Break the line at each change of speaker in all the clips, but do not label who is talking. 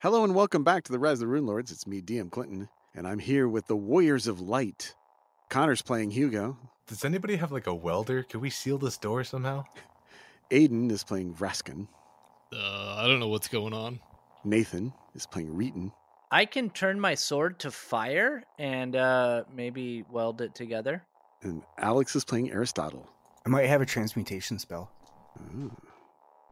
Hello and welcome back to the Rise of the Rune Lords. It's me, DM Clinton, and I'm here with the Warriors of Light. Connor's playing Hugo.
Does anybody have like a welder? Can we seal this door somehow?
Aiden is playing Raskin.
Uh, I don't know what's going on.
Nathan is playing Reeton.
I can turn my sword to fire and uh, maybe weld it together.
And Alex is playing Aristotle.
I might have a transmutation spell.
Ooh.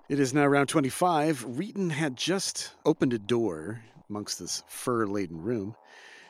It is now round 25. Reeton had just opened a door amongst this fur laden room,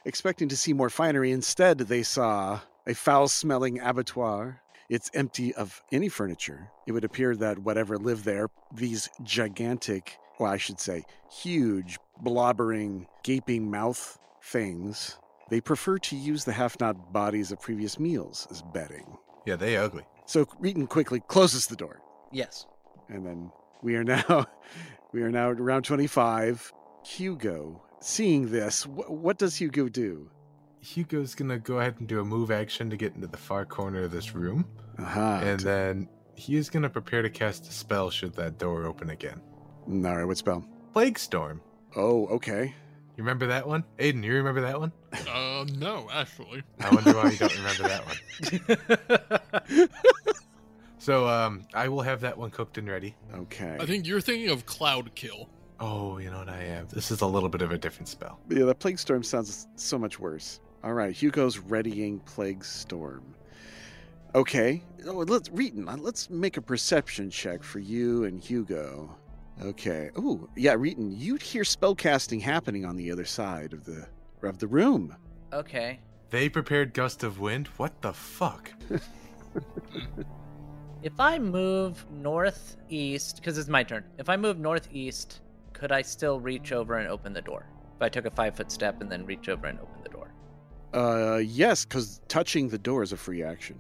expecting to see more finery. Instead, they saw a foul smelling abattoir. It's empty of any furniture. It would appear that whatever lived there, these gigantic, well, I should say, huge, blobbering, gaping mouth things, they prefer to use the half gnawed bodies of previous meals as bedding.
Yeah, they ugly.
So Reeton quickly closes the door
Yes.
and then we are now we are now at round 25 hugo seeing this wh- what does hugo do
Hugo's gonna go ahead and do a move action to get into the far corner of this room,
aha
and then he is gonna prepare to cast a spell should that door open again.
Mm, all right what spell
Plague storm.
oh okay
You remember that one, Aiden? You remember that one?
Uh, no, actually.
I wonder why you don't remember that one. So, um, I will have that one cooked and ready.
okay
I think you're thinking of Cloud Kill.
Oh, you know what I am. This is a little bit of a different spell.
yeah the plague storm sounds so much worse all right hugo's readying plague storm okay oh, let's Reeton, uh, let's make a perception check for you and hugo okay Ooh, yeah Reeton, you'd hear spellcasting happening on the other side of the of the room
Okay.
They prepared gust of wind. What the fuck?
If I move northeast, because it's my turn, if I move northeast, could I still reach over and open the door? If I took a five foot step and then reach over and open the door,
Uh, yes, because touching the door is a free action.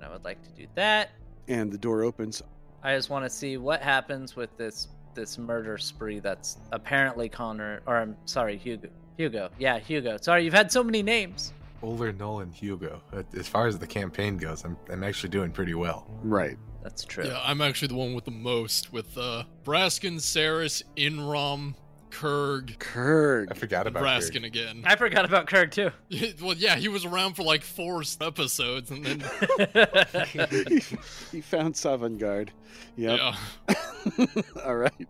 then I would like to do that.
And the door opens.
I just want to see what happens with this this murder spree that's apparently Connor, or I'm sorry, Hugo. Hugo, yeah, Hugo. Sorry, you've had so many names.
Oler, Nolan, Hugo. Uh, As far as the campaign goes, I'm, I'm actually doing pretty well.
Right.
That's true.
Yeah, I'm actually the one with the most with uh Braskin, Saris, Inram, Kurg,
I
Kurg.
forgot
and
about
Braskin
Kurg.
again.
I forgot about Kirk too.
well, yeah, he was around for like four episodes, and then
he found Savangard. Yep.
yeah,
All right.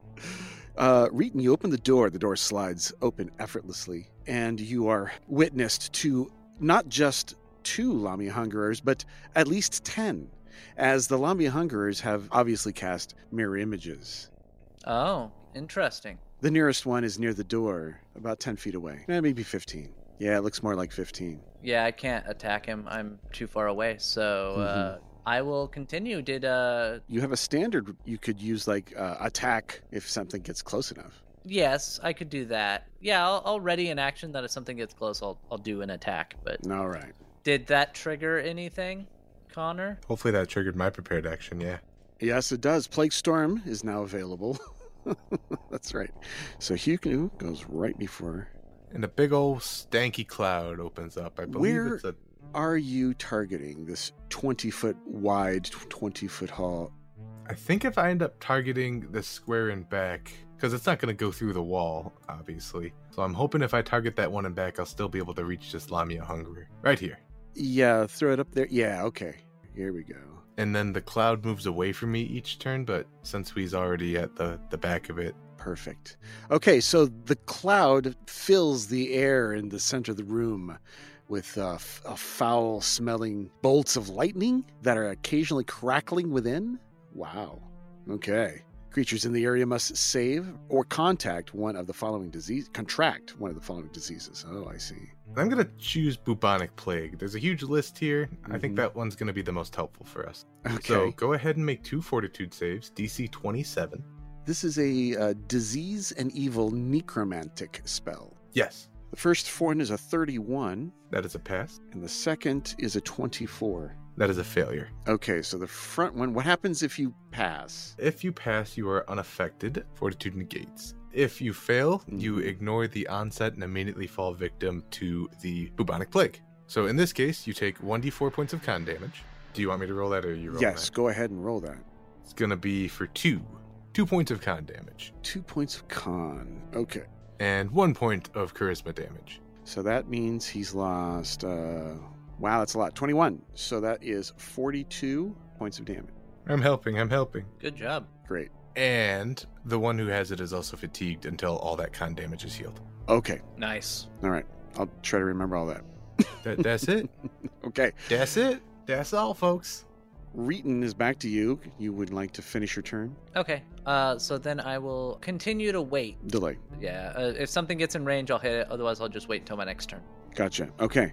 Uh, Reeton, you open the door. The door slides open effortlessly, and you are witnessed to not just two Lamia Hungerers, but at least ten, as the Lamia Hungerers have obviously cast mirror images.
oh, interesting.
The nearest one is near the door, about 10 feet away. Eh, maybe 15. Yeah, it looks more like 15.
Yeah, I can't attack him. I'm too far away. So uh, I will continue. Did uh
you have a standard you could use like uh, attack if something gets close enough
yes, I could do that. Yeah, I'll, I'll ready an action that if something gets close, I'll I'll do an attack. But
all right
did that trigger anything, Connor?
Hopefully that triggered my prepared action, yeah.
yes it does plague storm is now available that's right so hugo goes right before
And a big old stanky cloud opens up. I believe
Where-
it's a
are you targeting this 20 foot wide 20 foot hall
I think if I end up targeting the square in back, because it's not going to go through the wall, obviously. So I'm hoping if I target that one in back, I'll still be able to reach this Lamia Hungry right here.
yeah throw it up there yeah okay here we go
And then the cloud moves away from me each turn, but since we's already at the, the back of it,
perfect okay so the cloud fills the air in the center of the room with uh, f- uh, foul smelling bolts of lightning that are occasionally crackling within. Wow. Okay. Creatures in the area must save or contact one of the following disease contract one of the following diseases. Oh, I see.
And I'm going to choose Bubonic Plague. There's a huge list here. I
Mhm.
think that one's going to be the most helpful for us.
Okay.
So go ahead and make two Fortitude saves, DC 27.
this is a uh, disease and evil necromantic spell.
Yes,
The first one is a 31
that is a pass.
and the second is a 24.
That is a failure.
Okay, so the front one, what happens if you pass?
If you pass, you are unaffected. Fortitude negates. If you fail, you
Mhm.
ignore the onset and immediately fall victim to the bubonic plague. So in this case, you take 1d4 points of con damage. Do you want me to roll that or you roll
Yes,
that?
go ahead and roll that.
It's going to be for two. Two points of con damage.
Two points of con. Okay.
and one point of charisma damage.
So that means he's lost. Uh, wow, that's a lot. 21. So that is 42 points of damage.
I'm helping, I'm helping.
Good job.
Great.
And the one who has it is also fatigued until all that con damage is healed.
Okay.
Nice.
All right. I'll try to remember all that.
That, that's it.
Okay.
That's it. That's all, folks.
Reeton is back to you. You would like to finish your turn?
Okay. Uh, so then I will continue to wait.
Delay.
Yeah. Uh, if something gets in range, I'll hit it. Otherwise, I'll just wait until my next turn.
Gotcha. Okay.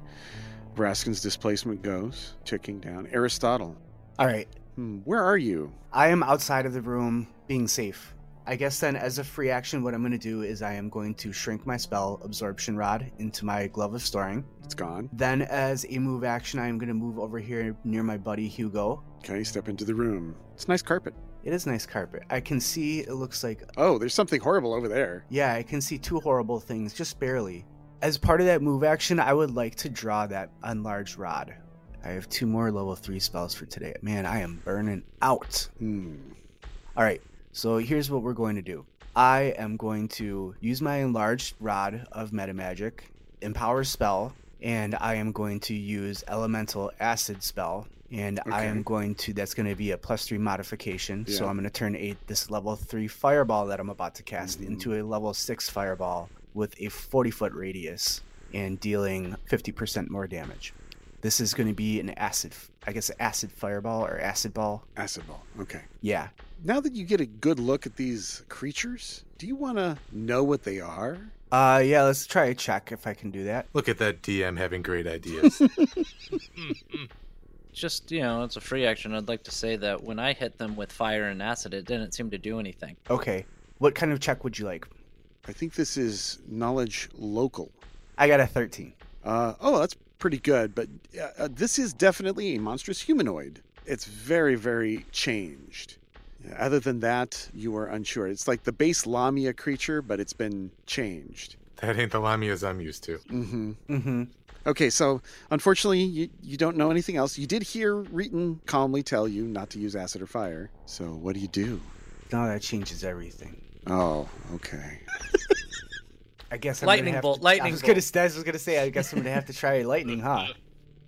Braskin's displacement goes ticking down. Aristotle,
All right.
hmm, where are you?
I am outside of the room being safe. I guess then, as a free action, what I'm going to do is I am going to shrink my spell, Absorption Rod, into my Glove of Storing.
It's gone.
Then, as a move action, I am going to move over here near my buddy Hugo.
Okay, step into the room. It's nice carpet.
It is nice carpet. I can see, it looks like,
Oh, there's something horrible over there.
yeah, I can see two horrible things, just barely. As part of that move action, I would like to draw that Unlarge Rod. I have two more level three spells for today. Man, I am burning out.
Hmm.
All right, so here's what we're going to do. I am going to use my enlarged rod of metamagic, empower spell, and I am going to use elemental acid spell. And I
Okay.
am going to, that's going to be a plus three modification. So
Yeah.
I'm going to turn a, this level three fireball that I'm about to cast
Mhm.
into a level six fireball with a 40 foot radius and dealing 50% more damage. This is going to be an acid, f- I guess, acid fireball or acid ball.
Acid ball. Okay.
Yeah.
Now that you get a good look at these creatures, do you want to know what they are?
Uh, yeah, let's try a check if I can do that.
Look at that DM having great ideas.
Just, you know, it's a free action. I'd like to say that when I hit them with fire and acid, it didn't seem to do anything.
Okay. What kind of check would you like?
I think this is knowledge local.
I got a 13.
Uh, oh, that's pretty good, but uh, uh, this is definitely a monstrous humanoid. It's very, very changed. Other than that, you are unsure. It's like the base Lamia creature, but it's been changed.
that ain't the Lamias I'm used to.
hmm
Mm-hmm.
Okay, so unfortunately, you, you don't know anything else. You did hear Reeton calmly tell you not to use acid or fire. So what do you do?
No, Oh, that changes everything.
Oh, okay.
I guess I'm
Lightning
gonna have
bolt,
to- I
lightning
was gonna
bolt.
say, I was gonna say, I guess I'm gonna have to try lightning, huh?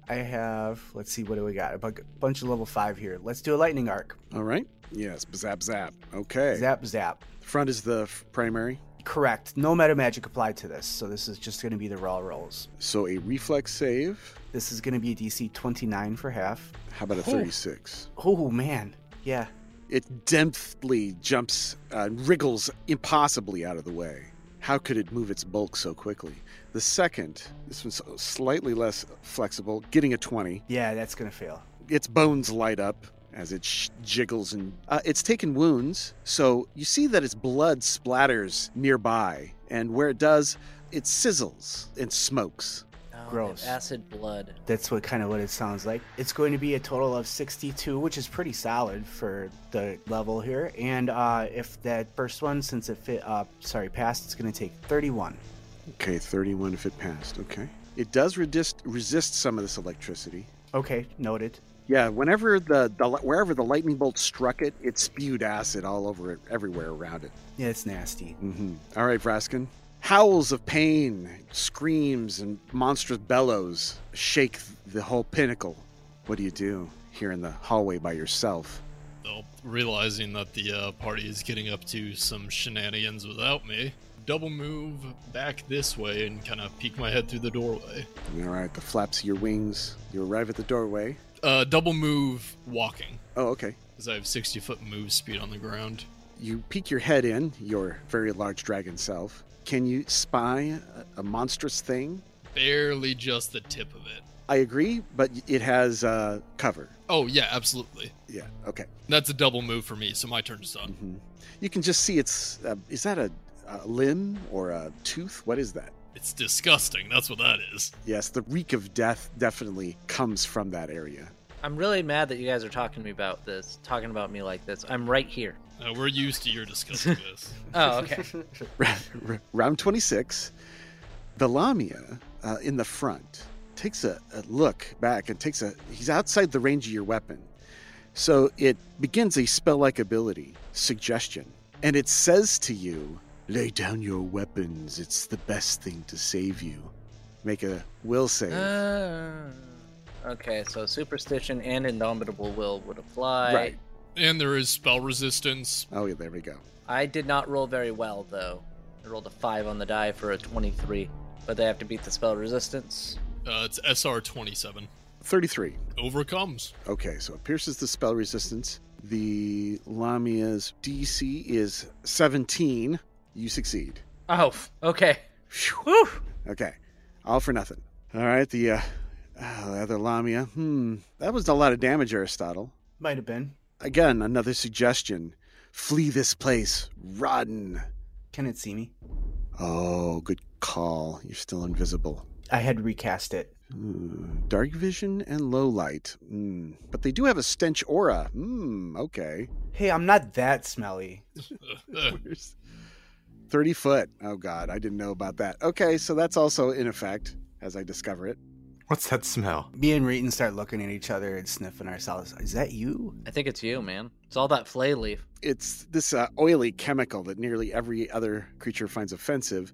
I have. Let's see, what do we got? A bu- bunch of level five here. Let's do a lightning arc.
All right. Yes, zap, zap. Okay.
Zap, zap.
Front is the f- primary.
Correct. No meta magic applied to this, so this is just gonna be the raw rolls.
So a reflex save.
This is gonna be a DC 29 for half.
How about a 36?
Oh man, yeah.
It demptly jumps, uh, wriggles impossibly out of the way. How could it move its bulk so quickly? The second, this one's slightly less flexible, getting a 20.
Yeah, that's gonna fail.
Its bones light up as it sh- jiggles and uh, it's taken wounds. So you see that its blood splatters nearby, and where it does, it sizzles and smokes.
Oh,
Gross.
Acid blood.
That's what kind of what it sounds like. It's going to be a total of 62, which is pretty solid for the level here. And uh, if that first one, since it fit, uh, sorry, passed, it's going to take 31.
Okay, 31 if it passed. Okay. It does resist, resist some of this electricity.
Okay, noted.
Yeah, whenever the, the li- wherever the lightning bolt struck it, it spewed acid all over it, everywhere around it.
Yeah, it's nasty.
Mm-hmm. All right, Vraskin. Howls of pain, screams, and monstrous bellows shake the whole pinnacle. What do you do here in the hallway by yourself?
Well, realizing that the uh, party is getting up to some shenanigans without me, double move back this way and kind of peek my head through the doorway.
All right, the flaps of your wings. You arrive at the doorway.
Uh, double move walking,
Oh, okay.
because I have 60 foot move speed on the ground.
You peek your head in, your very large dragon self. Can you spy a, a monstrous thing?
Barely just the tip of it.
I agree, but it has uh, cover.
Oh, yeah, absolutely.
Yeah, okay.
That's a double move for me, so my turn's done.
hmm You can just see it's. Uh, is that a, a limb or a tooth? What is that?
It's disgusting. That's what that is.
Yes, the reek of death definitely comes from that area.
I'm really mad that you guys are talking to me about this, talking about me like this. I'm right here.
Uh, we're used to your disgustingness.
Oh, okay.
Round 26, the Lamia uh, in the front takes a, a look back and takes a. He's outside the range of your weapon. So it begins a spell like ability, suggestion, and it says to you, Lay down your weapons. It's the best thing to save you. Make a will save.
Ah. okay, so superstition and indomitable will would apply.
right.
And there is spell resistance.
Oh, yeah, there we go.
I did not roll very well though. I rolled a five on the die for a twenty-three, but they have to beat the spell resistance.
Uh, it's SR 27.
33.
Overcomes.
Okay, so it pierces the spell resistance. The Lamia's DC is 17. You succeed.
Oh, f- okay.
Phew.
Whew.
Okay, all for nothing. All right, the, uh, uh, the other Lamia. Hmm, that was a lot of damage, Aristotle.
Might have been.
Again, another suggestion. Flee this place. Run.
Can it see me?
Oh, good call. You're still invisible.
I had to recast it.
Hmm, Dark vision and low light. Hmm. But they do have a stench aura. Hmm. Okay.
Hey, I'm not that smelly.
Uh, uh,
Where's- 30 foot. Oh, God. I didn't know about that. Okay. So that's also in effect as I discover it.
What's that smell?
Me and Reeton start looking at each other and sniffing ourselves. Is that you?
I think it's you, man. It's all that flay leaf.
It's this uh, oily chemical that nearly every other creature finds offensive.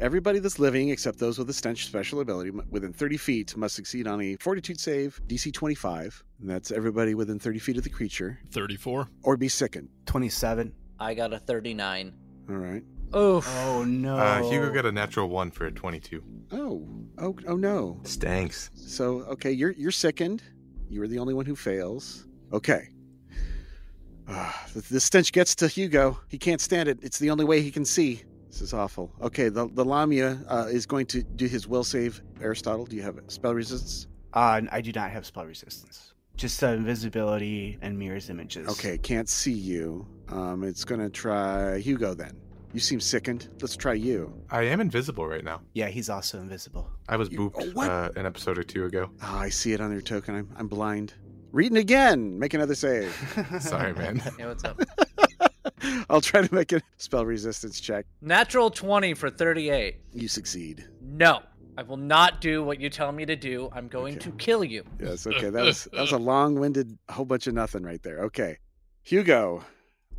Everybody that's living, except those with a stench special ability m- within 30 feet, must succeed on a fortitude save, DC 25. And that's everybody within 30 feet of the creature,
34.
or be sickened.
27.
I got a thirty-nine.
All right.
Oof.
Oh, no.
Uh, Hugo got a natural one for a 22.
Oh, oh, oh no.
Stanks.
So okay, you're you're sickened. You were the only one who fails. Okay. Ah, the, the stench gets to Hugo. He can't stand it. It's the only way he can see. This is awful. Okay, the the Lamia uh, is going to do his will save. Aristotle, do you have spell resistance?
Uh, I do not have spell resistance. Just uh, invisibility and mirrors images.
Okay, can't see you. Um, it's gonna try Hugo then. You seem sickened. Let's try you.
I am invisible right now.
Yeah, he's also invisible.
I was
You-
booped
what?
uh, an episode or two ago.
Ah, I see it on your token. I'm I'm blind. Reading again. Make another save.
Sorry, man.
Hey, what's up?
I'll try to make a spell resistance check.
Natural twenty for thirty-eight.
You succeed.
No, I will not do what you tell me to do. I'm going
Okay.
to kill you.
Yes, okay. That was that was a long-winded whole bunch of nothing right there. Okay. Hugo,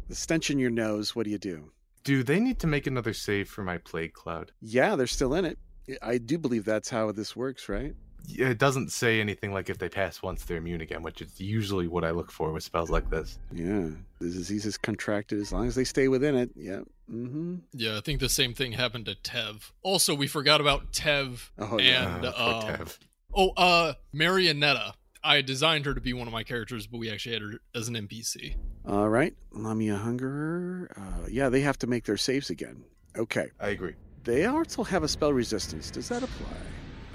the stench in your nose, what do you do?
Do they need to make another save for my plague cloud?
Yeah, they're still in it. I do believe that's how this works, right?
Yeah, It doesn't say anything like if they pass once they're immune again, which is usually what I look for with spells like this.
Yeah. The disease is contracted as long as they stay within it. Yeah. Mm-hmm.
Yeah, I think the same thing happened to Tev. Also, we forgot about Tev.
Oh yeah.
And,
Uh,
uh,
poor Tev.
Oh, uh, Marionetta. I designed her to be one of my characters, but we actually had her as an NPC.
All right. Lamia Hungerer. Uh, yeah, they have to make their saves again. Okay.
I agree.
They also have a spell resistance. Does that apply?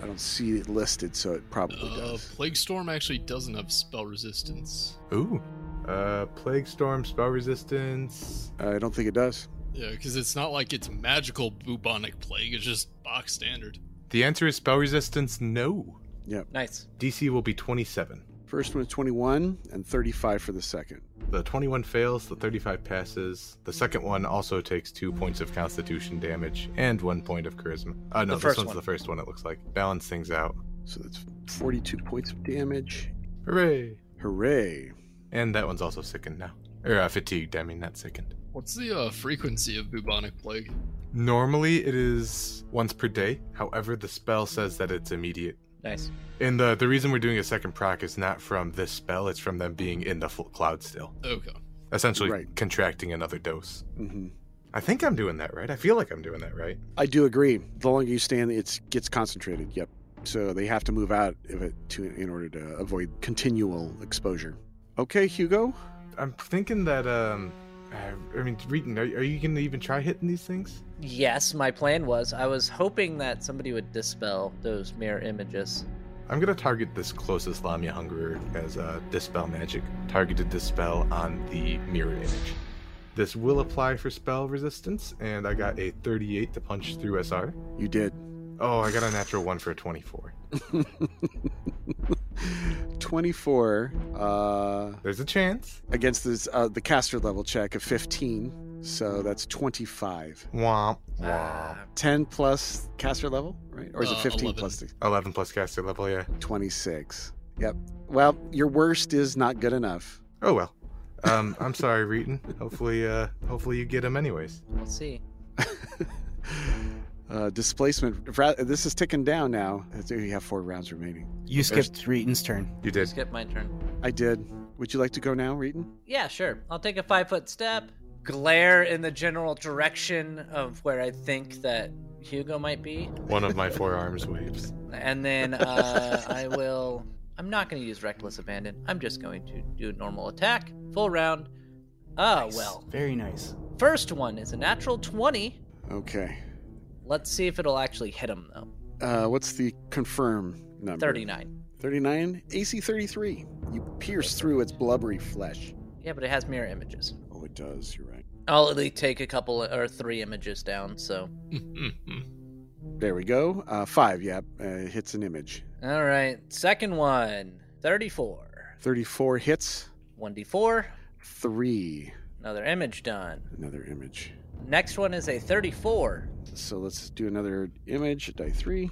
I don't see it listed, so it probably
Uh,
does.
Plague Storm actually doesn't have spell resistance.
Ooh. Uh, plague storm, spell resistance.
I don't think it does.
Yeah, because it's not like it's magical bubonic plague. It's just box standard.
The answer is spell resistance. No.
Nice.
DC will be 27.
First one is 21 and 35 for the second.
The 21 fails, the 35 passes. The second one also takes two points of constitution damage and one point of charisma. Uh, no,
The
this
first
one's
one.
the first one, it looks like. Balance things out.
So that's 42 points of damage.
Hooray!
Hooray.
And that one's also sickened now. Or uh, fatigued, I mean, not sickened.
What's the uh, frequency of bubonic plague?
Normally it is once per day. However, the spell says that it's immediate.
Nice.
And the, the reason we're doing a second proc is not from this spell, it's from them being in the full cloud still.
Okay.
Essentially
Right.
contracting another dose.
hmm
I think I'm doing that right. I feel like I'm doing that right.
I do agree. The longer you stand, it gets concentrated. Yep. So they have to move out of it to, in order to avoid continual exposure. Okay, Hugo.
I'm thinking that, um, I, I mean, Reeton, are, are you going to even try hitting these things?
Yes, my plan was I was hoping that somebody would dispel those mirror images.
I'm going to target this closest Lamia Hungerer as a Dispel Magic. Targeted Dispel on the mirror image. This will apply for spell resistance, and I got a 38 to punch through SR.
You did.
Oh, I got a natural one for a 24.
24 uh,
There's a chance.
against this, uh, the caster level check of 15. So that's 25.
Womp. Womp.
Ah,
10 plus caster level, right? Or is it
Uh,
15
11.
plus the-
11 plus caster level, yeah.
26? Yep. Well, your worst is not good enough.
Oh well. Um, I'm sorry, Reeton. Hopefully, uh, hopefully you get him anyways.
we'll see.
uh, displacement. ra- This is ticking down now. You have four rounds remaining.
You skipped Reeton's turn.
You did.
Skip my turn.
I did. Would you like to go now, Reeton?
Yeah, sure. I'll take a five foot step, glare in the general direction of where I think that Hugo might be,
One of my forearms waves.
and then uh, I will. I'm not going to use reckless abandon. I'm just going to do a normal attack, full round. Ah,
Oh,
well.
Very nice.
First one is a natural 20.
Okay.
Let's see if it'll actually hit him, though.
Uh, what's the confirm number?
39.
39? AC 33. You pierce through its blubbery flesh.
Yeah, but it has mirror images.
Oh, it does. You're right.
I'll at least take a couple or three images down, so.
Mm-hmm.
There we go. Uh, five, yeah. Uh, hits an image.
All right. Second one 34.
34 hits.
1d4.
Three.
Another image done.
Another image.
Next one is a 34.
So let's do another image. Die three.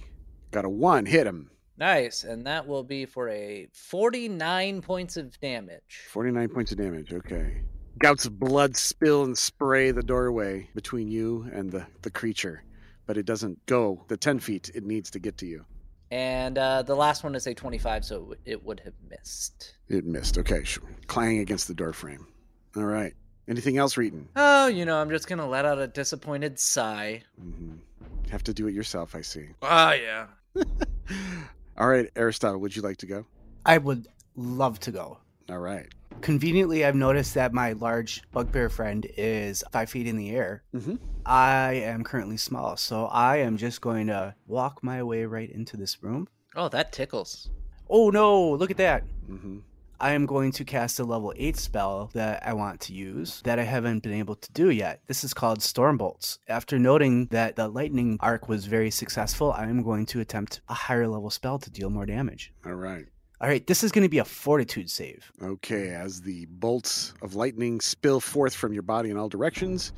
Got a one. Hit him.
Nice. And that will be for a 49 points of damage.
49 points of damage. Okay. Gouts of blood spill and spray the doorway between you and the, the creature, but it doesn't go the 10 feet it needs to get to you.
And uh, the last one is a 25, so it would- it would have missed.
It missed. Okay. sh- Clang against the door frame. All right. Anything else, Reeton?
Oh, you know, I'm just going to let out a disappointed sigh.
hmm Have to do it yourself, I see.
Ah, yeah.
All right, Aristotle, would you like to go?
I would love to go.
All right.
Conveniently, I've noticed that my large bugbear friend is five feet in the air.
Mhm.
I am currently small, so I am just going to walk my way right into this room.
Oh, that tickles.
Oh no, look at that.
hmm
I am going to cast a level 8 spell that I want to use that I haven't been able to do yet. This is called Storm Bolts. After noting that the lightning arc was very successful, I am going to attempt a higher level spell to deal more damage.
All right.
All right, this is going to be a fortitude save.
Okay, as the bolts of lightning spill forth from your body in all directions,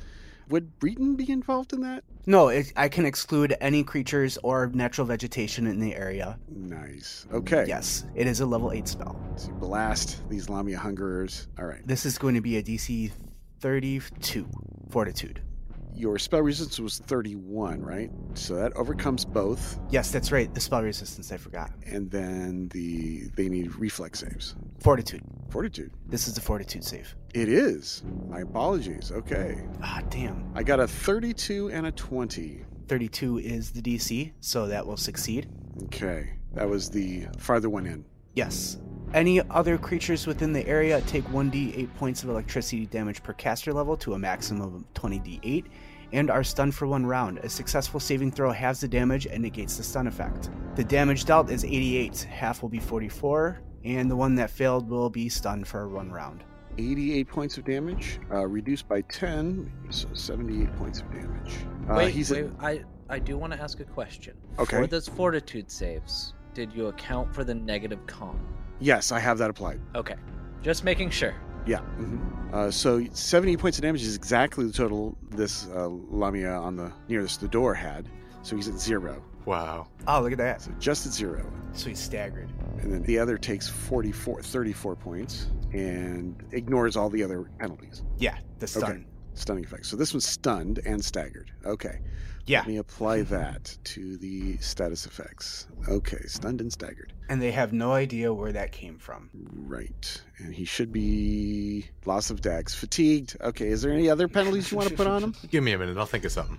would Breton be involved in that?
No, it, I can exclude any creatures or natural vegetation in the area.
Nice. Okay.
Yes, it is a level 8 spell.
So you blast these Lamia hungerers. All right.
This is going to be a DC 32 fortitude.
Your spell resistance was 31, right? So that overcomes both.
Yes, that's right, the spell resistance, I forgot.
And then the they need reflex saves.
Fortitude.
Fortitude.
This is the fortitude save.
It is. My apologies. Okay.
Ah, damn.
I got a 32 and a 20.
32 is the DC, so that will succeed.
Okay. That was the farther one in.
Yes. Any other creatures within the area take 1d8 points of electricity damage per caster level to a maximum of 20d8 and are stunned for one round. A successful saving throw halves the damage and negates the stun effect. The damage dealt is 88, half will be 44, and the one that failed will be stunned for one round.
88 points of damage, uh, reduced by 10, so 78 points of damage. Uh,
wait,
he's
wait
at-
I, I do want to ask a question.
Okay.
For those fortitude saves, did you account for the negative con?
yes, I have that applied.
Okay. Just making sure.
Yeah. mhm. Uh, so 70 points of damage is exactly the total this uh, Lamia on the nearest the door had. So he's at zero.
Wow.
Oh, look at that.
So just at zero.
So he's staggered.
And then the other takes 44, 34 points and ignores all the other penalties,
Yeah, the stun.
Okay. stunning effects. So this one's stunned and staggered. Okay.
Yeah,
Let me apply that to the status effects. Okay, stunned and staggered.
and they have no idea where that came from.
Right. And he should be loss of dags, fatigued. Okay, is there any other penalties you want to put on him?
Give me a minute. I'll think of something.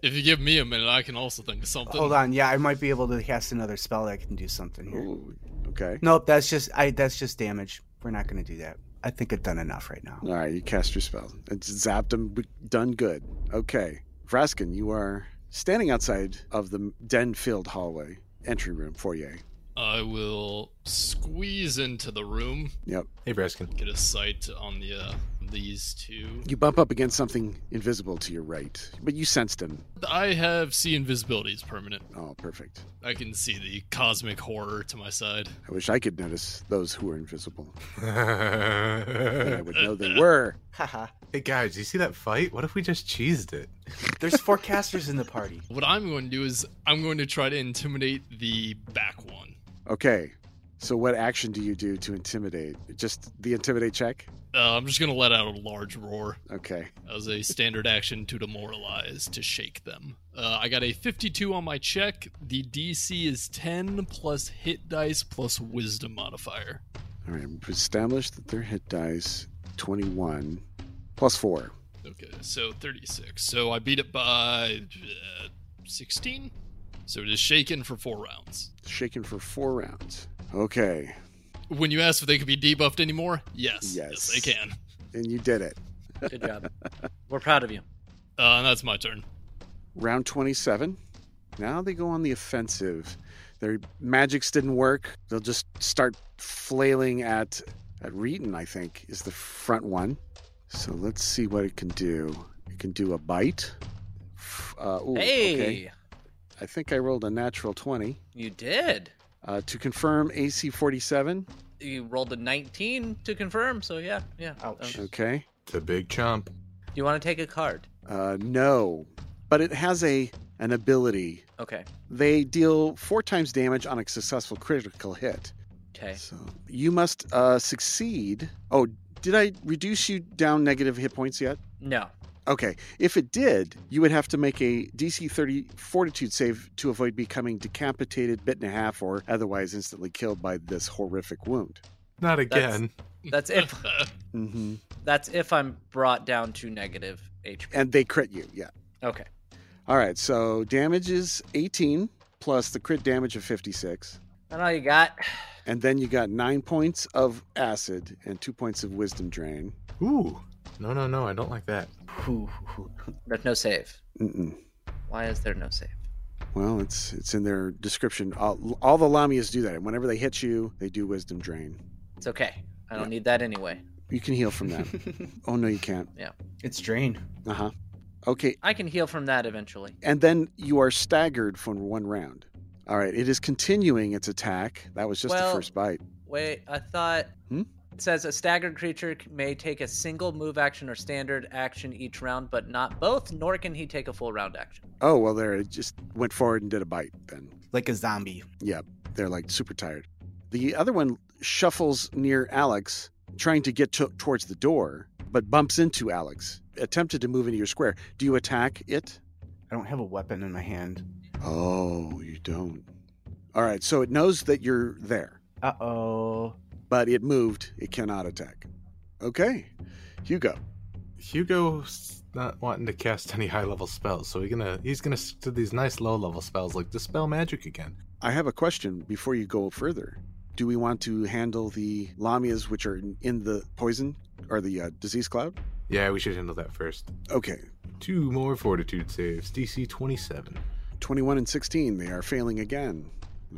If you give me a minute, I can also think of something.
Hold on, yeah, I might be able to cast another spell that can do something here.
Ooh, okay.
Nope, that's just I that's just damage. We're not gonna do that. I think I've done enough right now.
All right, you cast your spell. It's zapped him. but Done good. Okay. Vraskin, you are standing outside of the den filled hallway, entry room, foyer.
I will squeeze into the room,
Yep.
Hey, Braskin.
get a sight on the uh, these two.
You bump up against something invisible to your right, but you sensed him.
I have see invisibility is permanent.
Oh, perfect.
I can see the cosmic horror to my side.
I wish I could notice those who are invisible. Then I
hey,
would know they were.
Haha.
guys, you see that fight? What if we just cheesed it?
There's four casters in the party.
What I'm going to do is I'm going to try to intimidate the back one.
Okay. So what action do you do to intimidate? Just the intimidate check?
Uh, I'm just gonna let out a large roar
Okay.
as a standard action to demoralize to shake them. Uh, I got a 52 on my check. The DC is 10 plus hit dice plus wisdom modifier.
All right. We've established that their hit dice 21 plus 4.
Okay, so 36. So I beat it by uh, 16. So it is shaken for four rounds.
Shaken for four rounds. Okay.
When you asked if they could be debuffed anymore, yes,
Yes.
yes, they can.
And you did it.
Good job. We're proud of you.
Uh, and that's my turn.
Round 27. Now they go on the offensive. Their magics didn't work. They'll just start flailing at at Reeton, I think, is the front one. So let's see what it can do. It can do a bite. F- Uh, ooh,
hey,
okay. I think I rolled a natural 20.
you did.
Uh, to confirm AC 47.
You rolled a 19 to confirm, so yeah, yeah.
Ouch.
Um,
Okay.
It's a big chomp.
do you want to take a card?
Uh, no. But it has a an ability.
Okay.
They deal four times damage on a successful critical hit.
Okay.
So you must uh, succeed. Oh, did I reduce you down negative hit points yet?
No.
Okay. If it did, you would have to make a DC 30 fortitude save to avoid becoming decapitated, bitten in half, or otherwise instantly killed by this horrific wound.
Not
That's-
again.
That's if
Mm-hmm.
that's if I'm brought down to negative HP.
And they crit you, yeah.
Okay.
All right. So damage is 18 plus the crit damage of 56.
And all you got.
And then you got nine points of acid and two points of wisdom drain.
Ooh. No, no, no. I don't like that.
Whew, whew.
There's no save.
Mm-mm.
Why is there no save?
Well, it's it's in their description. All, all the Lamias do that. And whenever they hit you, they do wisdom drain.
It's okay. I don't need that anyway.
You can heal from that. oh no, you can't.
it's drain.
Uh huh. Okay,
I can heal from that eventually.
and then you are staggered for one round. All right, it is continuing its attack. That was just
Well-
the first bite.
Wait, I thought.
Hmm?
It says a staggered creature c- may take a single move action or standard action each round, but not both, nor can he take a full round action.
Oh well, there it just went forward and did a bite. Then
Like a zombie.
they're like super tired. The other one shuffles near Alex, trying to get to- towards the door, but bumps into Alex. Attempted to move into your square. Do you attack it?
I don't have a weapon in my hand.
Oh, you don't. All right, so it knows that you're there,
Uh oh.
but it moved. It cannot attack. Okay, Hugo.
Hugo's not wanting to cast any high level spells, so he's gonna he's gonna stick to these nice low level spells like dispel magic again.
I have a question before you go further. Do we want to handle the lamias which are in- in the poison or the uh, disease cloud?
Yeah, we should handle that first.
Okay,
Two more fortitude saves, DC 27.
21 and 16, they are failing again.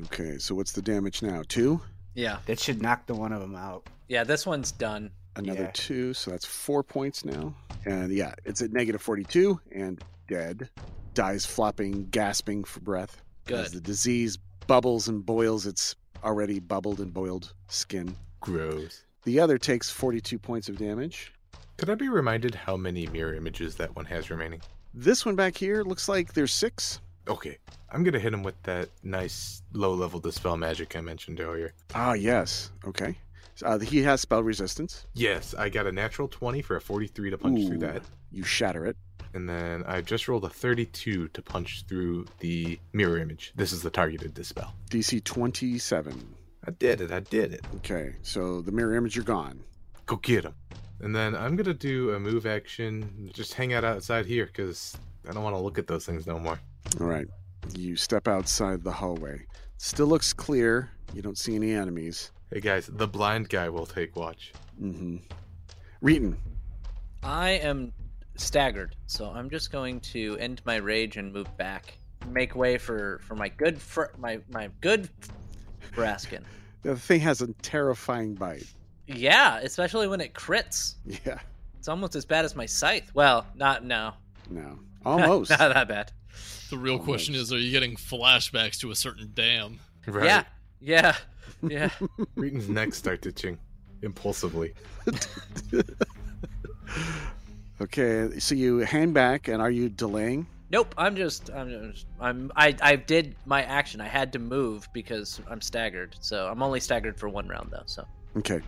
Okay, so what's the damage now? Two?
Yeah.
That should knock the one of them out.
Yeah, this one's done.
Another
Yeah.
two, so that's four points now. And yeah, it's at negative 42 and dead. Dies flopping, gasping for breath. As
Good.
the disease bubbles and boils its already bubbled and boiled skin.
Gross.
The other takes 42 points of damage.
Could I be reminded how many mirror images that one has remaining?
This one back here looks like there's six.
Okay, I'm gonna hit him with that nice low level dispel magic I mentioned earlier.
Ah, yes. Okay. So, Uh, he has spell resistance.
Yes, I got a natural 20 for a 43 to punch
Ooh.
through that.
You shatter it.
And then I just rolled a 32 to punch through the mirror image. This is the targeted dispel.
DC 27.
I did it, I did it.
Okay, so the mirror image are gone.
Go get him. And then I'm gonna do a move action. Just hang out outside here because I don't want to look at those things no more.
All right. You step outside the hallway. Still looks clear. You don't see any enemies.
Hey guys, the blind guy will take watch.
Mm hmm. Reeton.
I am staggered, so I'm just going to end my rage and move back, make way for for my good fr- my my good Braskin.
The thing has a terrifying bite.
Yeah, especially when it crits.
Yeah.
It's almost as bad as my scythe. Well, not no,
No. Almost.
not that bad.
The real
Almost.
question is are you getting flashbacks to a certain dam?
Right.
Yeah, yeah, yeah.
Reeton's neck starts itching impulsively.
Okay, so you hand back, and are you delaying?
Nope, I'm just, I'm, just, I'm, I, I did my action. I had to move because I'm staggered. So I'm only staggered for one round though. So
Okay.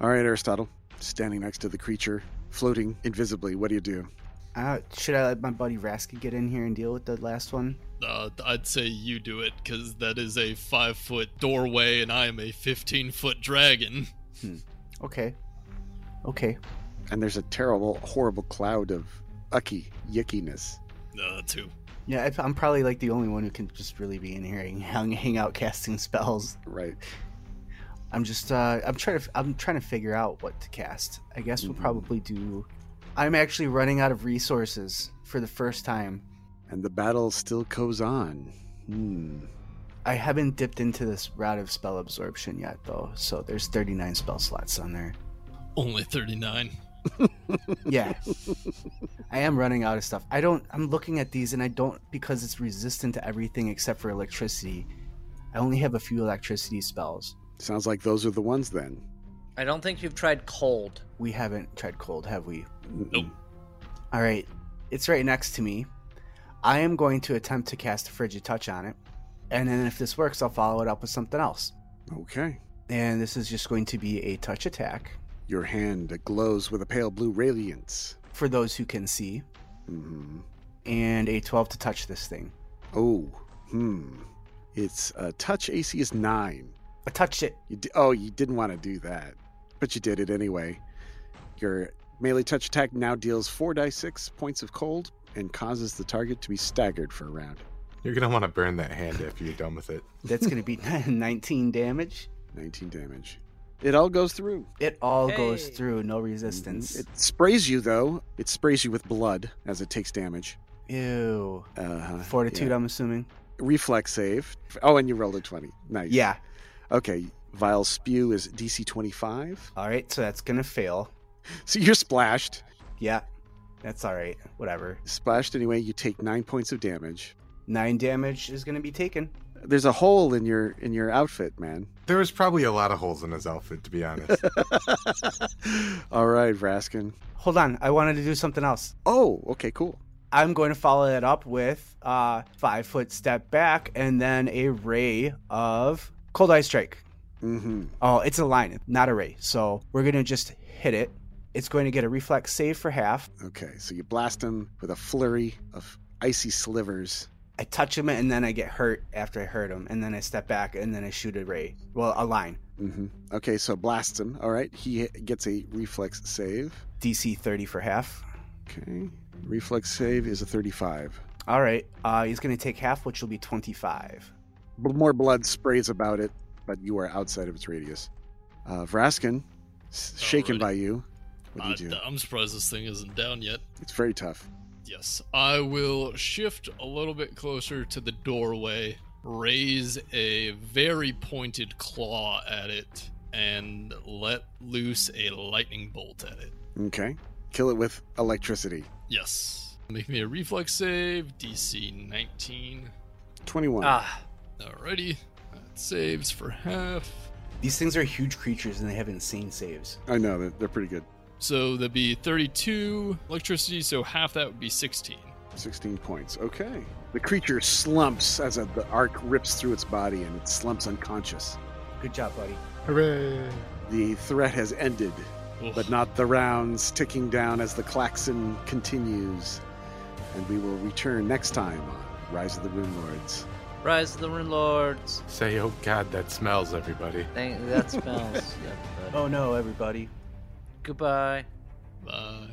All right, Aristotle. standing next to the creature, floating invisibly. What do you do?
Uh, should I let my buddy Raskin get in here and deal with the last one?
Uh, I'd say you do it because that is a five foot doorway and I am a 15 foot dragon.
Okay. Okay.
And there's a terrible, horrible cloud of ucky yickiness.
Uh, two.
Yeah, I- I'm probably like the only one who can just really be in here and hang, hang out casting spells.
Right.
I'm just uh, I'm trying to I'm trying to figure out what to cast. I guess we'll
Mhm.
probably do. I'm actually running out of resources for the first time.
And the battle still goes on. Hmm.
I haven't dipped into this route of spell absorption yet, though. So there's 39 spell slots on there.
Only 39.
Yeah, I am running out of stuff. I don't. I'm looking at these, and I don't because it's resistant to everything except for electricity. I only have a few electricity spells.
Sounds like those are the ones then.
I don't think you've tried cold.
We haven't tried cold, have we?
Mm-mm.
Nope.
All right, it's right next to me. I am going to attempt to cast a frigid touch on it, and then if this works, I'll follow it up with something else.
Okay.
And this is just going to be a touch attack
Your hand glows with a pale blue radiance.
for those who can see,
hmm
and a 12 to touch this thing.
Oh, hmm. It's uh, touch AC is nine.
I touched it.
You di- oh, you didn't want to do that, but you did it anyway. Your melee touch attack now deals four die six points of cold and causes the target to be staggered for a round.
You're gonna want to burn that hand after you're done with it.
That's going to be 19 damage.
19 damage. It all goes through. Mm-hmm.
It all goes
Hey.
through, no resistance.
It sprays you though. It sprays you with blood as it takes damage.
Ew.
Uh-huh.
Fortitude,
yeah.
I'm assuming.
Reflex save. Oh, and you rolled a 20. Nice.
Yeah.
Okay. Vile spew is DC 25.
All right, so that's going to fail.
So you're splashed.
Yeah, that's all right. Whatever.
Splashed anyway. You take nine points of damage.
Nine damage is going to be taken.
There's a hole in your in your outfit, man.
There was probably a lot of holes in his outfit, to be honest.
All right, Raskin.
Hold on, I wanted to do something else.
Oh, okay, cool.
I'm going to follow that up with uh, five foot step back and then a ray of cold ice strike.
Mm-hmm.
Oh, it's a line, not a ray. So we're going to just hit it. It's going to get a reflex save for half.
Okay, so you blast him with a flurry of icy slivers.
I touch him and then I get hurt after I hurt him. And then I step back and then I shoot a ray. Well, a line.
Mm-hmm. Okay, so blast him. All right, he gets a reflex save.
DC 30 for half.
Okay, reflex save is a 35.
All right. Uh, he's going to take half, which will be 25.
B- More blood sprays about it, but you are outside of its radius. Uh, Vraskin, s- shaken
Alrighty. Uh,
by you. What do
I,
you do?
I'm surprised this thing isn't down yet.
It's very tough.
Yes, I will shift a little bit closer to the doorway, raise a very pointed claw at it, and let loose a lightning bolt at it.
Okay, kill it with electricity.
Yes. Make me a reflex save, DC 19.
21.
Ah,
Alrighty. That saves for half.
These things are huge creatures and they have insane saves.
I know, they're, they're pretty good.
So that'd be 32 electricity, so half that would be 16.
16 points. Okay. The creature slumps as a, the arc rips through its body and it slumps unconscious.
Good job, buddy.
Hooray!
The threat has ended,
Oof.
but not the rounds ticking down as the klaxon continues. And we will return next time on Rise of the Rune Lords.
Rise of the Rune Lords.
Say, oh god, that smells, everybody.
Thank, that smells. yeah, but-
Oh no, everybody.
Goodbye.
Bye.